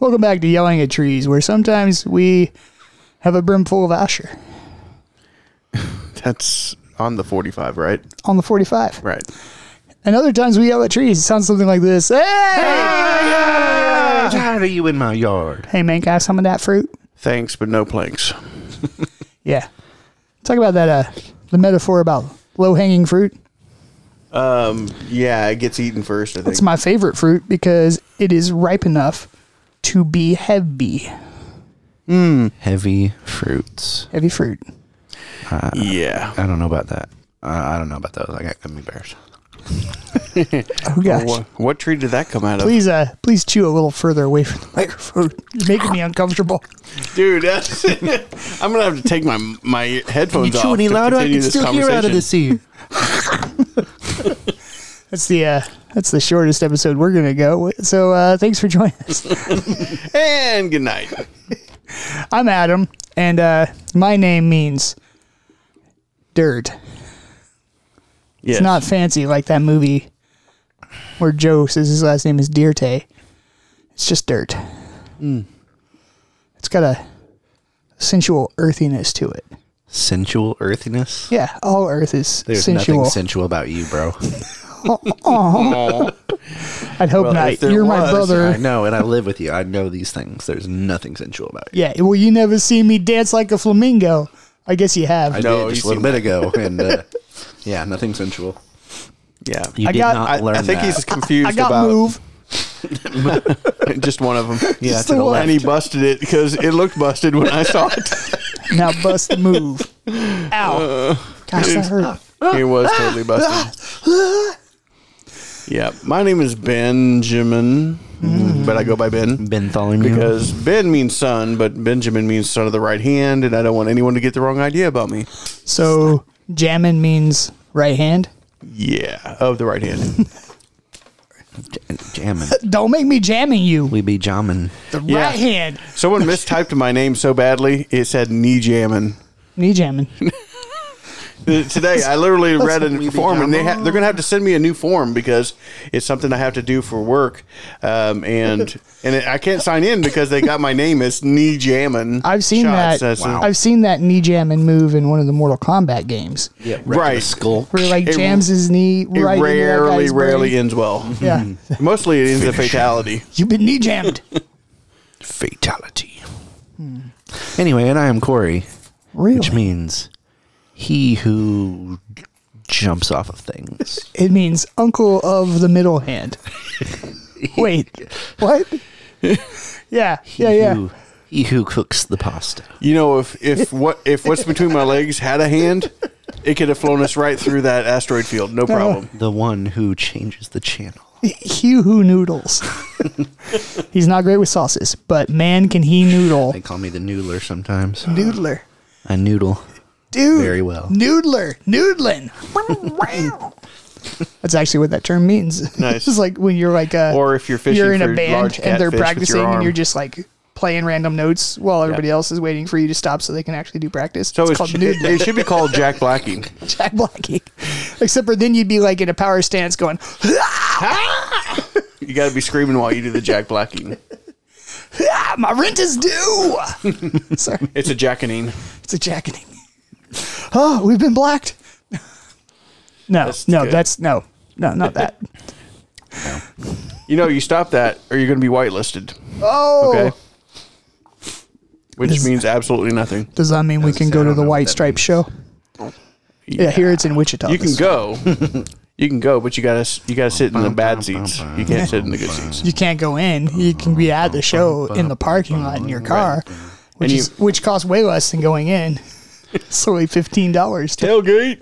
Welcome back to Yelling at Trees, where sometimes we have a brimful of Asher That's on the 45, right? on the 45. Right. And other times we yell at trees. It sounds something like this Hey! tired of you in my yard. Hey, man, can I have some of that fruit? Thanks, but no planks. Yeah. Talk about that, uh, the metaphor about low hanging fruit. Yeah, it gets eaten first, I think. It's my favorite fruit because it is ripe enough to be heavy, Heavy fruits. heavy fruit. yeah. I don't know about that. Uh, I don't know about those. I got gummy bears. Oh gosh! What, what tree did that come out of? Please, uh, please chew a little further away from the microphone. You're making me uncomfortable. Dude, that's, I'm going to have to take my my headphones off. to continue this conversation. ear. That's the uh, that's the shortest episode we're gonna go. with. So uh, thanks for joining us. And good night. I'm Adam, and uh, my name means dirt. Yes. It's not fancy like that movie where Joe says his last name is Dirte. It's just dirt. Mm. It's got a sensual earthiness to it. Sensual earthiness. Yeah, all earth is There's sensual. nothing sensual about you, bro. I'd hope if not. there You're was, my brother. I know, and I live with you. I know these things. There's nothing sensual about you. Yeah, well, you never see me dance like a flamingo. I guess you have. I I, No, did just a you little bit ago, and uh, yeah, nothing sensual. Yeah. You I did got- not I, learn I think that. he's confused got about move. just one of them. yeah the to the one- left. And he busted it because it looked busted when I saw it. Now bust the move. Ow. Gosh, that hurt. He was totally busted. yeah, my name is Benjamin, but I go by Ben Bartholomew. because Ben means son, but Benjamin means son of the right hand, and I don't want anyone to get the wrong idea about me. So, jammin' means right hand. Yeah, of the right hand. J- jamming. Don't make me jamming you. We be jamming. The Yeah. right hand. Someone mistyped my name so badly it said knee jamming. Knee jamming. Uh, Today I literally read we a be form, and they ha- they're going to have to send me a new form because it's something I have to do for work, um, and and I can't sign in because they got my name as knee jamming. I've seen that. shots. That's a- I've seen that knee jamming move in one of the Mortal Kombat games. Yeah, right. Right. Skull. Where he, like It- jams his knee It right into that rarely, guy's brain. rarely Hmm. ends well. Yeah, Mostly it ends in fatality. you've been knee jammed. Fatality. Anyway, and I am Corey, Really? which means he who jumps off of things. It means uncle of the middle hand. Wait, what? Yeah, yeah, he yeah. Who, he who cooks the pasta. You know, if if what if what's between my legs had a hand, it could have flown us right through that asteroid field, no problem. The one who changes the channel. Hugh Who Noodles. He's not great with sauces, but man, can he noodle. They call me the noodler sometimes. Noodler. I noodle. Dude. Very well. Noodler. Noodlin. That's actually what that term means. Nice. it's like when you're like a. Or if you're fishing You're in a for band large and they're catfish with your practicing and arm. you're just like playing random notes while everybody else is waiting for you to stop so they can actually do practice. So it's called it, noodling. it should be called Jack Blacking. Jack blocking. Except for then you'd be like in a power stance going, You got to be screaming while you do the Jack Blacking. ah, my rent is due. Sorry, It's a jackening. it's a jacketing. Oh, we've been blacked. No, That's no, good. that's no, no, not that. You know, you stop that, or you're going to be whitelisted. Oh, Okay. Which This- means absolutely nothing. does that mean we can go I to don't the know what White that Stripe means. show? Yeah. here it's in Wichita. You can This- go, you can go, but you got to you got to sit in the bad seats. You can't sit in the good seats. You can't go in. You can be at the show in the parking lot in your car, which And you- is which costs way less than going in. It's only fifteen dollars to Tailgate.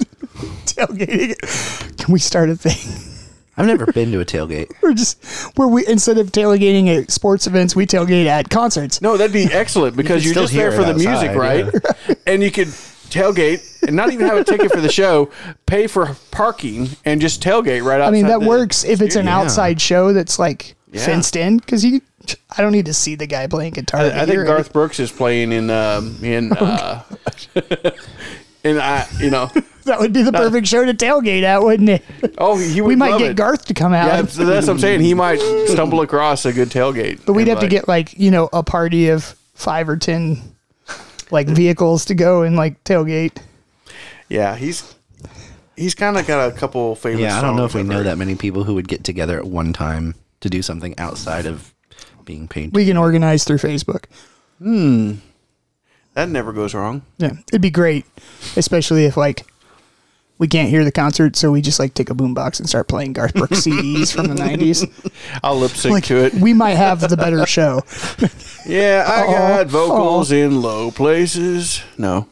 tailgating. Can we start a thing? I've never been to a tailgate. We're just where we instead of tailgating at sports events, we tailgate at concerts. No, that'd be excellent because You you can are just still there hear for the it music, outside, right? and you could tailgate and not even have a ticket for the show, pay for parking, and just tailgate right outside. I mean that the- works if it's an outside show that's like Yeah. fenced in because you. I don't need to see the guy playing guitar. to I, I hear think it. Garth Oh, Brooks is playing in um, in uh, in I you know that would be the perfect show to tailgate at, wouldn't it? Oh, he would we might love get it. Garth to come out, Yeah, so that's what I'm saying. He might stumble across a good tailgate. but we'd and, have to like, get like you know a party of five or ten like vehicles to go and like tailgate. Yeah, he's he's kind of got a couple famous. Yeah, I don't know if songs we I've know heard. that many people who would get together at one time to do something outside of being paid. We can organize through Facebook. That never goes wrong. Yeah, it'd be great, especially if like we can't hear the concert, so we just like take a boombox and start playing Garth Brooks CDs from the nineties. I'll lip sync Like to it. we might have the better show. Yeah, I Uh-oh. got vocals in low places. No.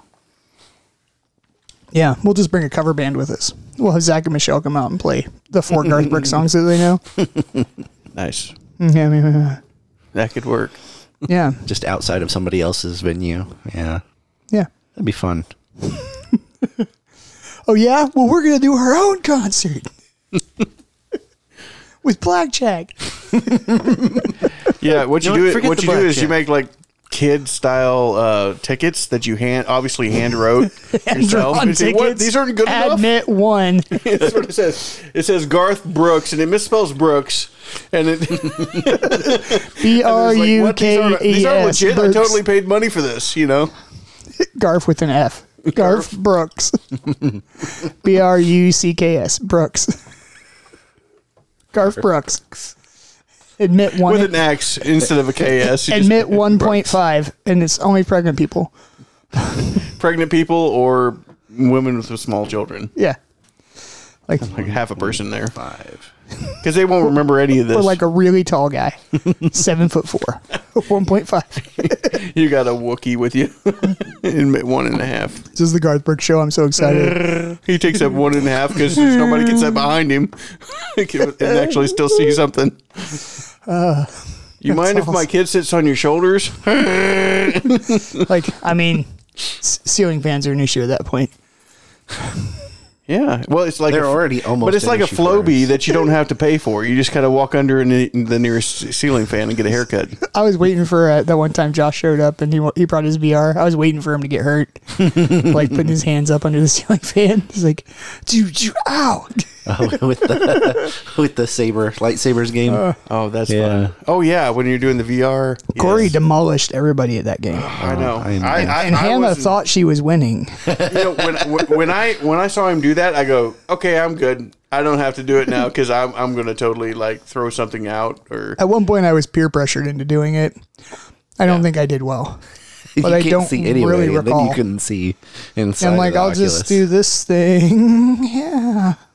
Yeah, we'll just bring a cover band with us. We'll have Zach and Michelle come out and play the four Garth Brooks songs that they know. Nice. Yeah, I mean, That could work. yeah, Just outside of somebody else's venue. Yeah. yeah. That'd be fun. Oh yeah, well we're gonna do our own concert with Blackjack. Yeah, what you No, do is forget what the you do black, is you yeah. make like kid style uh, tickets that you hand obviously hand wrote yourself. Drawn You say, "What? tickets, These aren't good enough. Admit one. That's what it says. It says Garth Brooks and it misspells Brooks and it B R It's like, U what? K These aren't- E These aren't S. legit. I Brooks. totally paid money for this, you know? Garf with an F. Garf Brooks. B R U C K S. Brooks. Garf Brooks. Admit one. With an X instead of a KS. You just- admit 1.5, and it's only pregnant people. pregnant people or women with small children. Yeah. Like, Like half a person there. Five. Because they won't remember any of this. or like a really tall guy, seven foot four, 1.5. you got a Wookiee with you. Admit one and a half. This is the Garth Brooks show. I'm so excited. He takes up one and a half because nobody gets that behind him and actually still see something. you mind if my Uh, awesome. kid sits on your shoulders? Like, I mean, s- ceiling fans are an issue at that point. Yeah, well, it's like They're a- already almost but it's an like a issue for Flowbee us. that you don't have to pay for. You just gotta walk under in the, the nearest ceiling fan and get a haircut. I was waiting for uh, that one time Josh showed up and he wa- he brought his VR. I was waiting for him to get hurt, like putting his hands up under the ceiling fan. He's like, "Dude, you ow!" Oh, with the with the saber lightsabers game. Uh, Oh, that's Yeah. fun. Oh yeah, when you're doing the VR, Corey Yes. demolished everybody at that game, I know. Oh, I, I know. I, I, and Hannah wasn't- thought she was winning. you know, when, when when I when I saw him do that, I go, okay, I'm good. I don't have to do it now because I'm I'm gonna totally like throw something out or At one point, I was peer pressured into doing it. I don't think I did well, but I don't really and recall. Then you couldn't see inside. I'm like, of the I'll Oculus. just do this thing.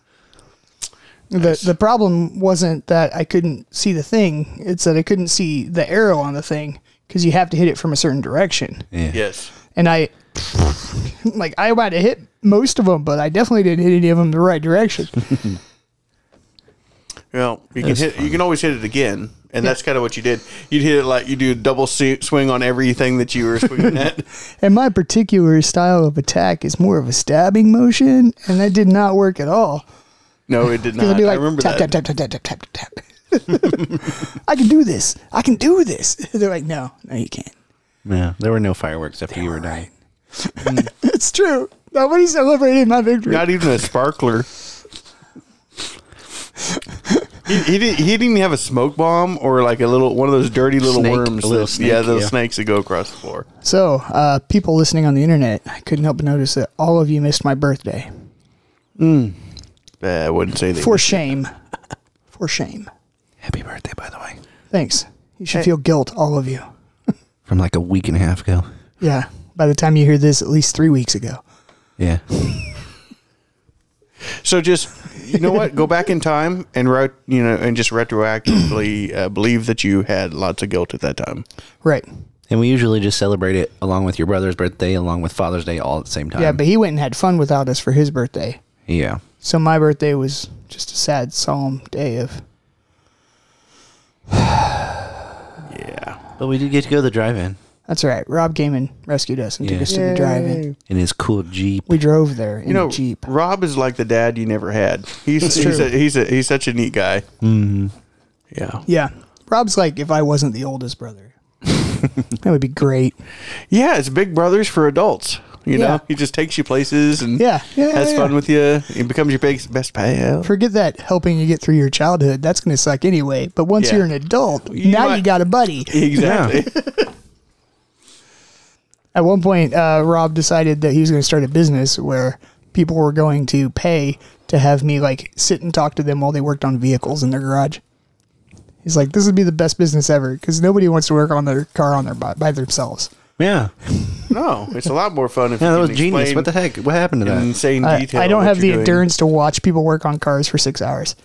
Yeah. The, the problem wasn't that I couldn't see the thing, it's that I couldn't see the arrow on the thing because you have to hit it from a certain direction. Yeah. yes. And I, like, I might have hit most of them, but I definitely didn't hit any of them the right direction. Well, you can That's hit. You can always hit it again, and that's kind of what you did. You'd hit it like you do a double se- swing on everything that you were swinging at. and my particular style of attack is more of a stabbing motion, and that did not work at all. No, it did not. Because I'd be I like, remember tap, that. tap, tap, tap, tap, tap, tap, tap. I can do this. I can do this. They're like, no, no, you can't. Yeah, there were no fireworks after you were done. It's true. Nobody celebrated my victory. Not even a sparkler. he, he, didn't, he didn't even have a smoke bomb or like a little one of those dirty little Snake, worms. a little that- snake, yeah, those yeah. snakes that go across the floor. So, uh, people listening on the internet, I couldn't help but notice that all of you missed my birthday. Eh, I wouldn't say they. For shame. For shame. Happy birthday, by the way. Thanks. You should feel guilt, all of you. From like a week and a half ago. Yeah. By the time you hear this, at least three weeks ago. Yeah. so just you know what? Go back in time and re- you know and just retroactively uh, believe that you had lots of guilt at that time. Right. And we usually just celebrate it along with your brother's birthday, along with Father's Day, all at the same time. Yeah, Um, but he went and had fun without us for his birthday. yeah. So my birthday was just a sad, solemn day of Yeah. But we did get to go to the drive-in That's right. Rob came and rescued us and took Yeah. us to the drive-in. in his cool Jeep. We drove there in You know, a jeep. Rob is like the dad you never had. He's he's, true. a, he's a, he's such a neat guy. Mm-hmm. Yeah. Yeah, Rob's like, if I wasn't the oldest brother, that would be great. Yeah, it's Big Brothers for adults. Yeah. You know, he just takes you places and Yeah, yeah, has yeah, fun yeah. with you. He becomes your big, best pal. Forget that helping you get through your childhood. That's going to suck anyway. But once Yeah. you're an adult, You now might- you got a buddy. Exactly. At one point, uh, Rob decided that he was going to start a business where people were going to pay to have me like sit and talk to them while they worked on vehicles in their garage. He's like, this would be the best business ever because nobody wants to work on their car on their by, by themselves. Yeah. No, it's a lot more fun if Yeah, you that can was genius. explain What the heck? What happened to in that? insane I, detail. I don't what have you're the doing. endurance to watch people work on cars for six hours.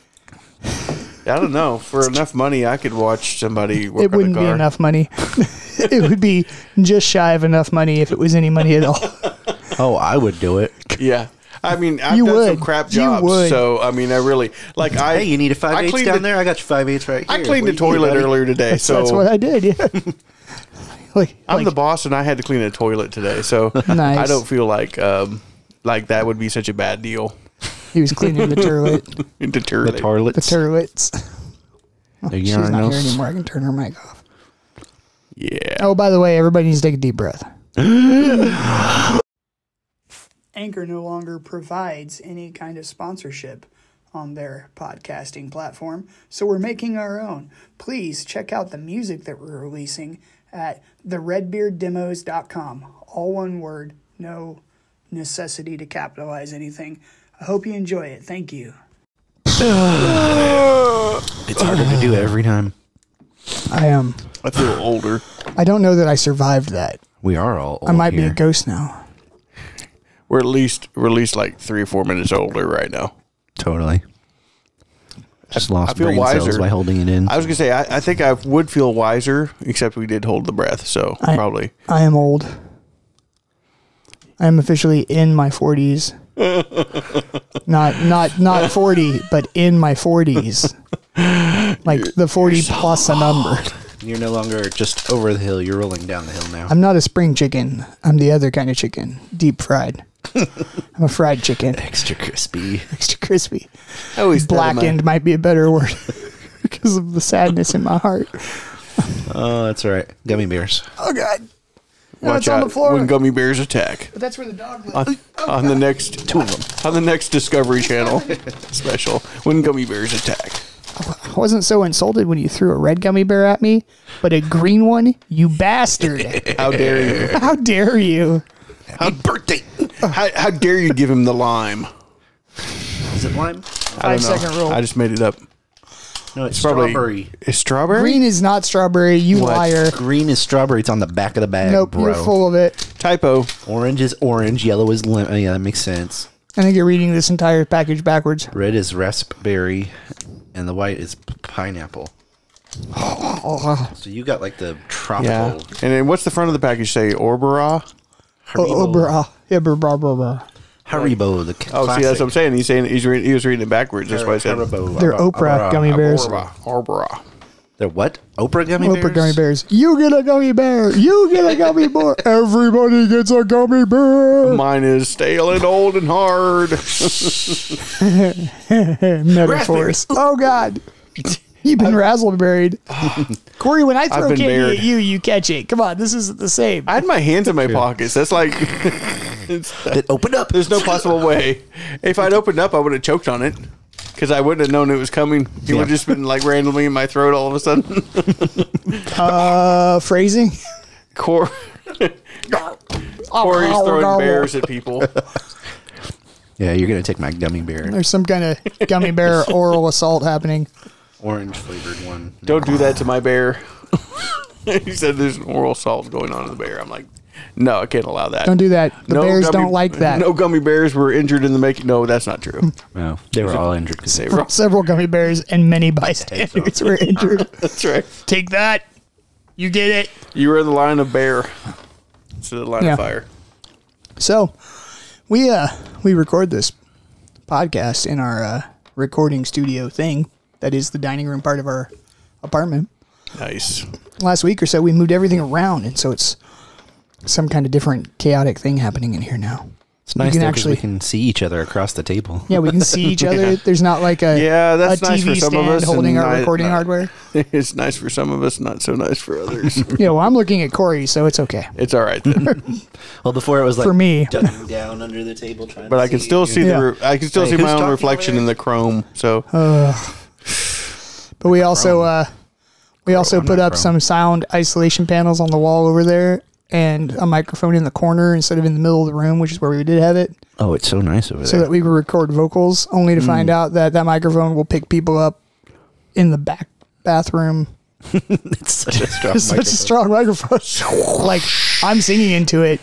I don't know. For enough money, I could watch somebody work it wouldn't on a be car. enough money. it would be just shy of enough money if it was any money at all. Oh, I would do it. Yeah. I mean, I've You done some would. crap You jobs, would. so I mean, I really like. I Hey, you need a I five eighths cleaned down the- there? I got you five eighths right here. I cleaned What the do you need, toilet buddy? earlier today, so That's what I did. Yeah. like, I'm like- the boss, and I had to clean a toilet today, so Nice. I don't feel like um, like that would be such a bad deal. he was cleaning the toilet. the The toilet. The toilets. turlets. Oh, the She's not here urinals. anymore. I can turn her mic off. yeah. Oh, by the way, everybody needs to take a deep breath. Anchor no longer provides any kind of sponsorship on their podcasting platform, so we're making our own. Please check out the music that we're releasing at theredbearddemos.com. All one word, no necessity to capitalize anything. I hope you enjoy it. Thank you. It's harder to do every time. I am. I feel older. I don't know that I survived that. We are all. I might be a ghost now. We're at least we're at least like three or four minutes older right now. Totally. Just lost I feel brain cells wiser. by holding it in. I was gonna say I, I think I would feel wiser, except we did hold the breath, so I- probably I am old. I am officially in my forties. not not not forty, but in my forties. Like the forty plus a number. You're no longer just over the hill. You're rolling down the hill now. I'm not a spring chicken. I'm the other kind of chicken, deep fried. I'm a fried chicken, Extra crispy. extra crispy. I always thought of my- Blackened might be a better word because of the sadness in my heart. Oh, that's all right. Gummy bears. Oh God! No, Watch it's on out the floor. when gummy bears attack but that's where the dog. lives. on, on the next on the next Discovery Channel special when gummy bears attack. I wasn't so insulted when you threw a red gummy bear at me, but a green one, you bastard. How dare you? How dare you? How birthday? How, how dare you give him the lime? Is it lime? I don't Five know. second rule. I just made it up. No, Uh, it's, Probably strawberry. Is strawberry Green is not strawberry, you What? liar. Green is strawberry. It's on the back of the bag, Nope, bro. you're full of it. typo. Orange is orange. Yellow is lemon. Oh, yeah, that makes sense. I think you're reading this entire package backwards. Red is raspberry, and the white is p- pineapple. Oh, So you got like the tropical. Yeah. And then what's the front of the package say? Orbera. Oh, oh, brah. Yeah, brah, brah, brah, brah. Haribo, the c- Oh, classic. see, that's what I'm saying. He's saying he's reading, he was reading it backwards. That's why I said Haribo. They're Abra- Oprah Abra- gummy bears. Orbera. Orbera. They're what? Oprah gummy bears. Oprah gummy bears. You get a gummy bear. You get a gummy bear. Everybody gets a gummy bear. Mine is stale and old and hard. Metaphors. Oh, God. You've been razzleberried. Corey, when I throw been candy buried. at you, you catch it. Come on, this isn't the same. I had my hands in my pockets. That's like it's, That opened up. there's no possible way. If I'd opened up, I would have choked on it because I wouldn't have known it was coming. It would have Yeah. just been like randomly in my throat all of a sudden. Uh, phrasing. Cor- Oh, Corey's throwing bears at people. Yeah, you're gonna take my gummy bear, There's some kind of gummy bear oral assault happening. orange flavored one. Don't do that to my bear. he said there's an oral assault going on to the bear. I'm like, no, I can't allow that. Don't do that. The No bears gummy- don't like that. No gummy bears were injured in the making. No, that's not true. No, Oh, they were all injured. 'cause They they were- Several gummy bears and many bystanders were injured. that's right. Take that. You get it. You were in the line of bear. It's the line Yeah. of fire. So, we uh we record this podcast in our uh, recording studio thing that is the dining room part of our apartment. Nice. Last week or so, we moved everything around, and so it's some kind of different chaotic thing happening in here now. It's nice can though, 'cause actually- we can see each other across the table. Yeah, we can see each other. There's not like a Yeah, that's a nice for some of us holding and our I- recording I- hardware. it's nice for some of us, not so nice for others. Yeah, well, I'm looking at Corey, so it's okay it's all right, then. Well, before it was like for me. ducking down under the table trying. but to I can see still you. see Yeah. Oh, the re- I can still Hey, see who's my own talking reflection over in the chrome. So But we also uh, we also I'm put not up grown. some sound isolation panels on the wall over there, and a microphone in the corner instead of in the middle of the room, which is where we did have it, Oh, it's so nice over so there. that we would record vocals. Only to Mm. find out that that microphone will pick people up in the back bathroom. it's such a strong. It's such a strong microphone. like I'm singing into it,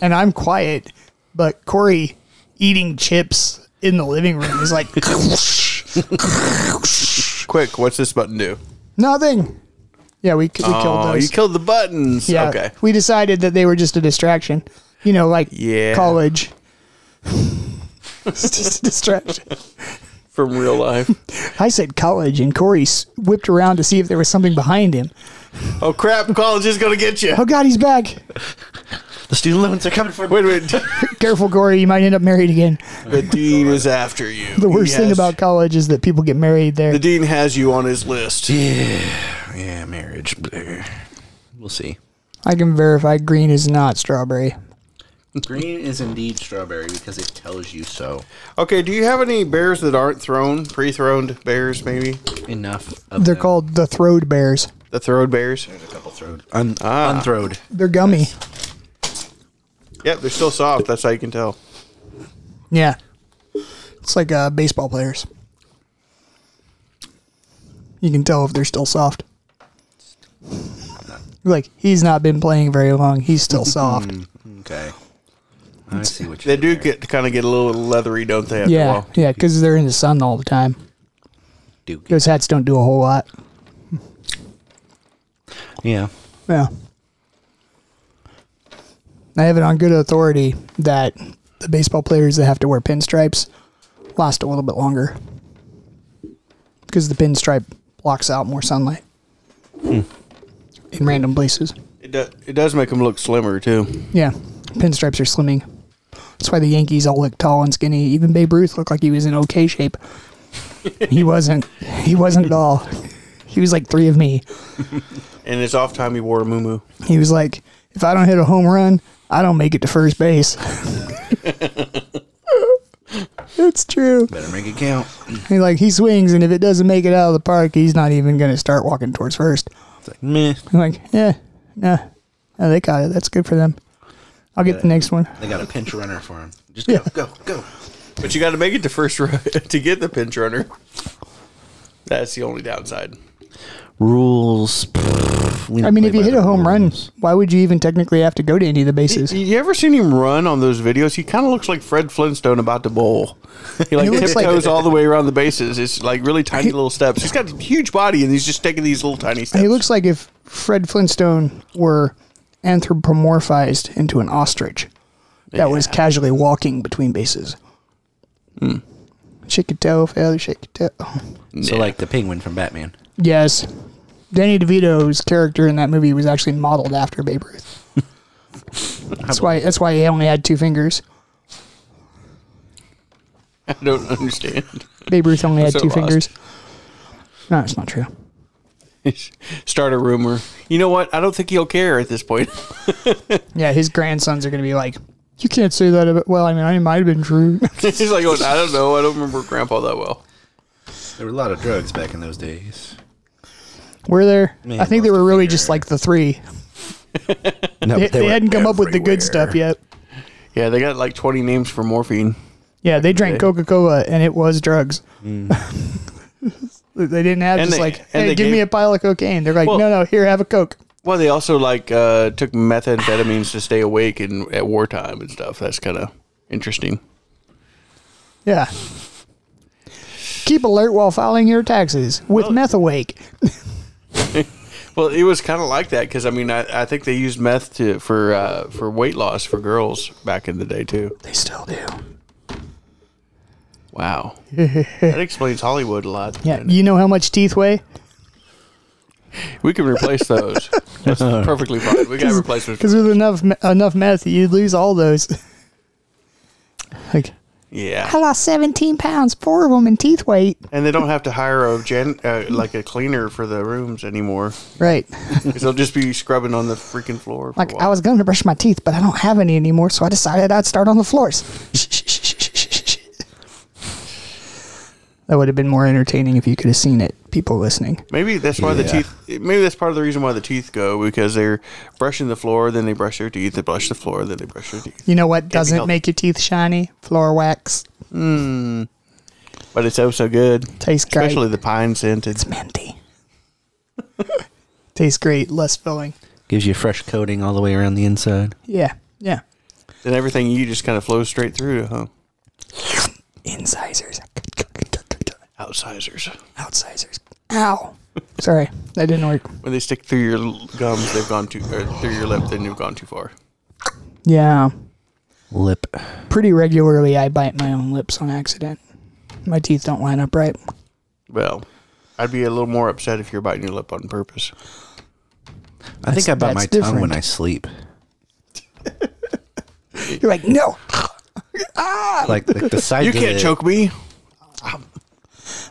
and I'm quiet, but Corey eating chips in the living room is like quick, what's this button do? nothing. Yeah, we, we killed Oh, those. you killed the buttons. Yeah. Okay. We decided that they were just a distraction. You know, like Yeah. college. it's just a distraction. From real life. I said college, and Corey s- whipped around to see if there was something behind him. oh crap! College is gonna get you. Oh God, he's back! The student loans are coming for me. Wait a minute. Careful, Corey, you might end up married again. The dean is after you. The worst thing about college is that people get married there. the dean has you on his list. Yeah, marriage. bleh. We'll see. I can verify green is not strawberry. Green is indeed strawberry because it tells you so. Okay, do you have any bears that aren't thrown, pre-throned bears, maybe Enough. Of They're them. called the throwed bears. the throwed bears? There's a couple throwed. Un- Ah. Unthrowed. They're gummy. Yep, they're still soft. That's how you can tell. Yeah. It's like uh, baseball players. You can tell if they're still soft. Like, he's not been playing very long. He's still soft. Okay. I see what you. They do get kind of get a little leathery, don't they? After a yeah. while? Yeah, because they're in the sun all the time. do. Those hats don't do a whole lot. Yeah. Yeah. I have it on good authority that the baseball players that have to wear pinstripes last a little bit longer because the pinstripe blocks out more sunlight in random places. It, do, it does make them look slimmer too. Yeah, pinstripes are slimming. That's why the Yankees all look tall and skinny. Even Babe Ruth looked like he was in okay shape. he wasn't. He wasn't at all. He was like three of me. And it's off time he wore a muumuu. He was like, if I don't hit a home run, I don't make it to first base. it's true. Better make it count. He like he swings and if it doesn't make it out of the park, he's not even gonna start walking towards first. It's like meh. I'm like, yeah, no. No, they got it. That's good for them. I'll get the next one. They got a pinch runner for him. Just Yeah. go, go, go. But you got to make it to first row to get the pinch runner. That's the only downside. Rules. pfft, we I don't mean, play if you by hit the a home run, rules. why would you even technically have to go to any of the You, bases? you ever seen him run on those videos? He kind of looks like Fred Flintstone about to bowl. He like He looks tiptoes like- all the way around the bases. It's like really tiny little steps. He's got a huge body and he's just taking these little tiny steps. He looks like if Fred Flintstone were anthropomorphized into an ostrich that was casually walking between bases. Hmm. Shake your tail, feather, shake your tail. So like the penguin from Batman. Yes. Danny DeVito's character in that movie was actually modeled after Babe Ruth. that's why that's why he only had two fingers. I don't understand. Babe Ruth only had So two lost. fingers. No, it's not true. Start a rumor. You know what? I don't think he'll care at this point. Yeah, his grandsons are gonna be like, You can't say that about well, I mean it might have been true. he's like, "Oh, I don't know. I don't remember Grandpa that well. There were a lot of drugs back in those days. Were there? Man, I think they lost were a really finger. just like the three. No, They, they hadn't come up with the good stuff yet. Yeah, they got like 20 names for morphine. Yeah, they drank Okay. Coca Cola and it was drugs. they didn't have And just they- like, and hey, they give me gave- a pile of cocaine. They're like, Well- no, no, here, have a Coke. Well, they also like uh, took methamphetamines to stay awake in at wartime and stuff. That's kind of interesting. Yeah. Keep alert while filing your taxes with meth awake. Well, it was kind of like that because I mean, I, I think they used meth to for uh, for weight loss for girls back in the day too. They still do. Wow, that explains Hollywood a lot. Yeah. You know how much teeth weigh? we can replace those. That's perfectly fine. We got replacements. Because with enough me- enough meth, you'd lose all those. Like, I Yeah, lost 17 pounds, four of them in teeth weight. and they don't have to hire a gen uh, like a cleaner for the rooms anymore. Right. 'Cause they'll just be scrubbing on the freaking floor. For Like, a I while. was going to brush my teeth, but I don't have any anymore, so I decided I'd start on the floors. That would have been more entertaining if you could have seen it, people listening. Maybe that's why the Yeah. teeth. Maybe that's part of the reason why the teeth go because they're brushing the floor, then they brush their teeth, they brush the floor, then they brush their teeth. You know what doesn't helped. make your teeth shiny? Floor wax. But it's oh so good, Tastes great. especially the pine scented. It's minty. Tastes great, less filling. Gives you fresh coating all the way around the inside. Yeah, yeah. And everything you just kind of flows straight through, huh? Incisors. Outsizers. Outsizers. Ow. Sorry, that didn't work. When they stick through your l- gums, they've gone too, or through your lip, then you've gone too far. Yeah. Lip. Pretty regularly, I bite my own lips on accident. My teeth don't line up right. Well, I'd be a little more upset if you're biting your lip on purpose. I think That's- I bite my that's tongue when different. I sleep. You're like, no, Ah. Like, like the side. You can't choke me.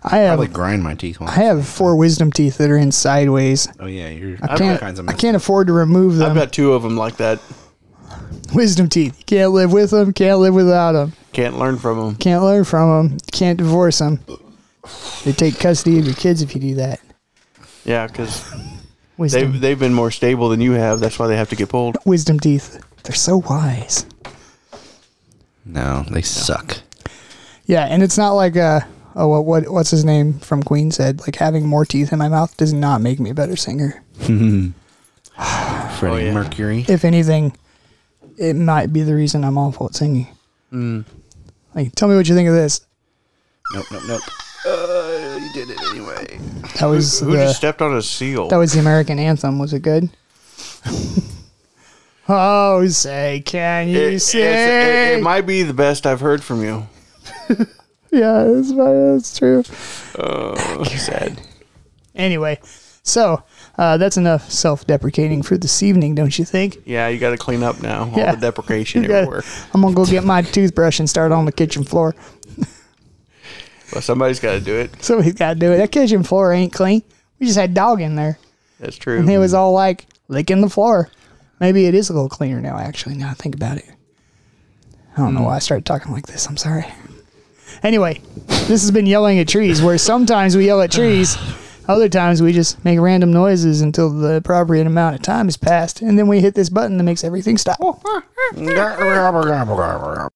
I I have like grind my teeth. Once. I have four wisdom teeth that are in sideways. Oh yeah, you're I all can't kinds of. I can't afford to remove I've them. got two of them like that. wisdom teeth. You can't live with them. Can't live without them. Can't learn from them. Can't learn from them. Can't divorce them. They take custody of your kids if you do that. Yeah, because Wisdom, they've they've been more stable than you have. That's why they have to get pulled. wisdom teeth. They're so wise. No, they suck. Yeah, and it's not like uh oh what, what what's his name from Queen said like having more teeth in my mouth does not make me a better singer. Freddie yeah. Mercury. If anything, it might be the reason I'm awful at singing. Mm. Like, tell me what you think of this. Nope, nope, nope. Uh, you did it anyway. That was Who the just stepped on a seal? that was the American anthem. Was it good? oh, say can It- you it's- sing? it- it might be the best I've heard from you. yeah, that's, fine, that's true. Oh, Sad. Anyway, so uh, that's enough self-deprecating for this evening, don't you think? Yeah, you got to clean up now. Yeah. All the deprecation You gotta- everywhere. I'm gonna go get my toothbrush and start on the kitchen floor. Well, somebody's got to do it. Somebody's got to do it. That kitchen floor ain't clean. We just had dog in there, That's and it true. was all like licking the floor. Maybe it is a little cleaner now. Actually, now I think about it, I don't know why I started talking like this. I'm sorry. Anyway, this has been yelling at trees. Where sometimes we yell at trees, other times we just make random noises until the appropriate amount of time has passed, and then we hit this button that makes everything stop.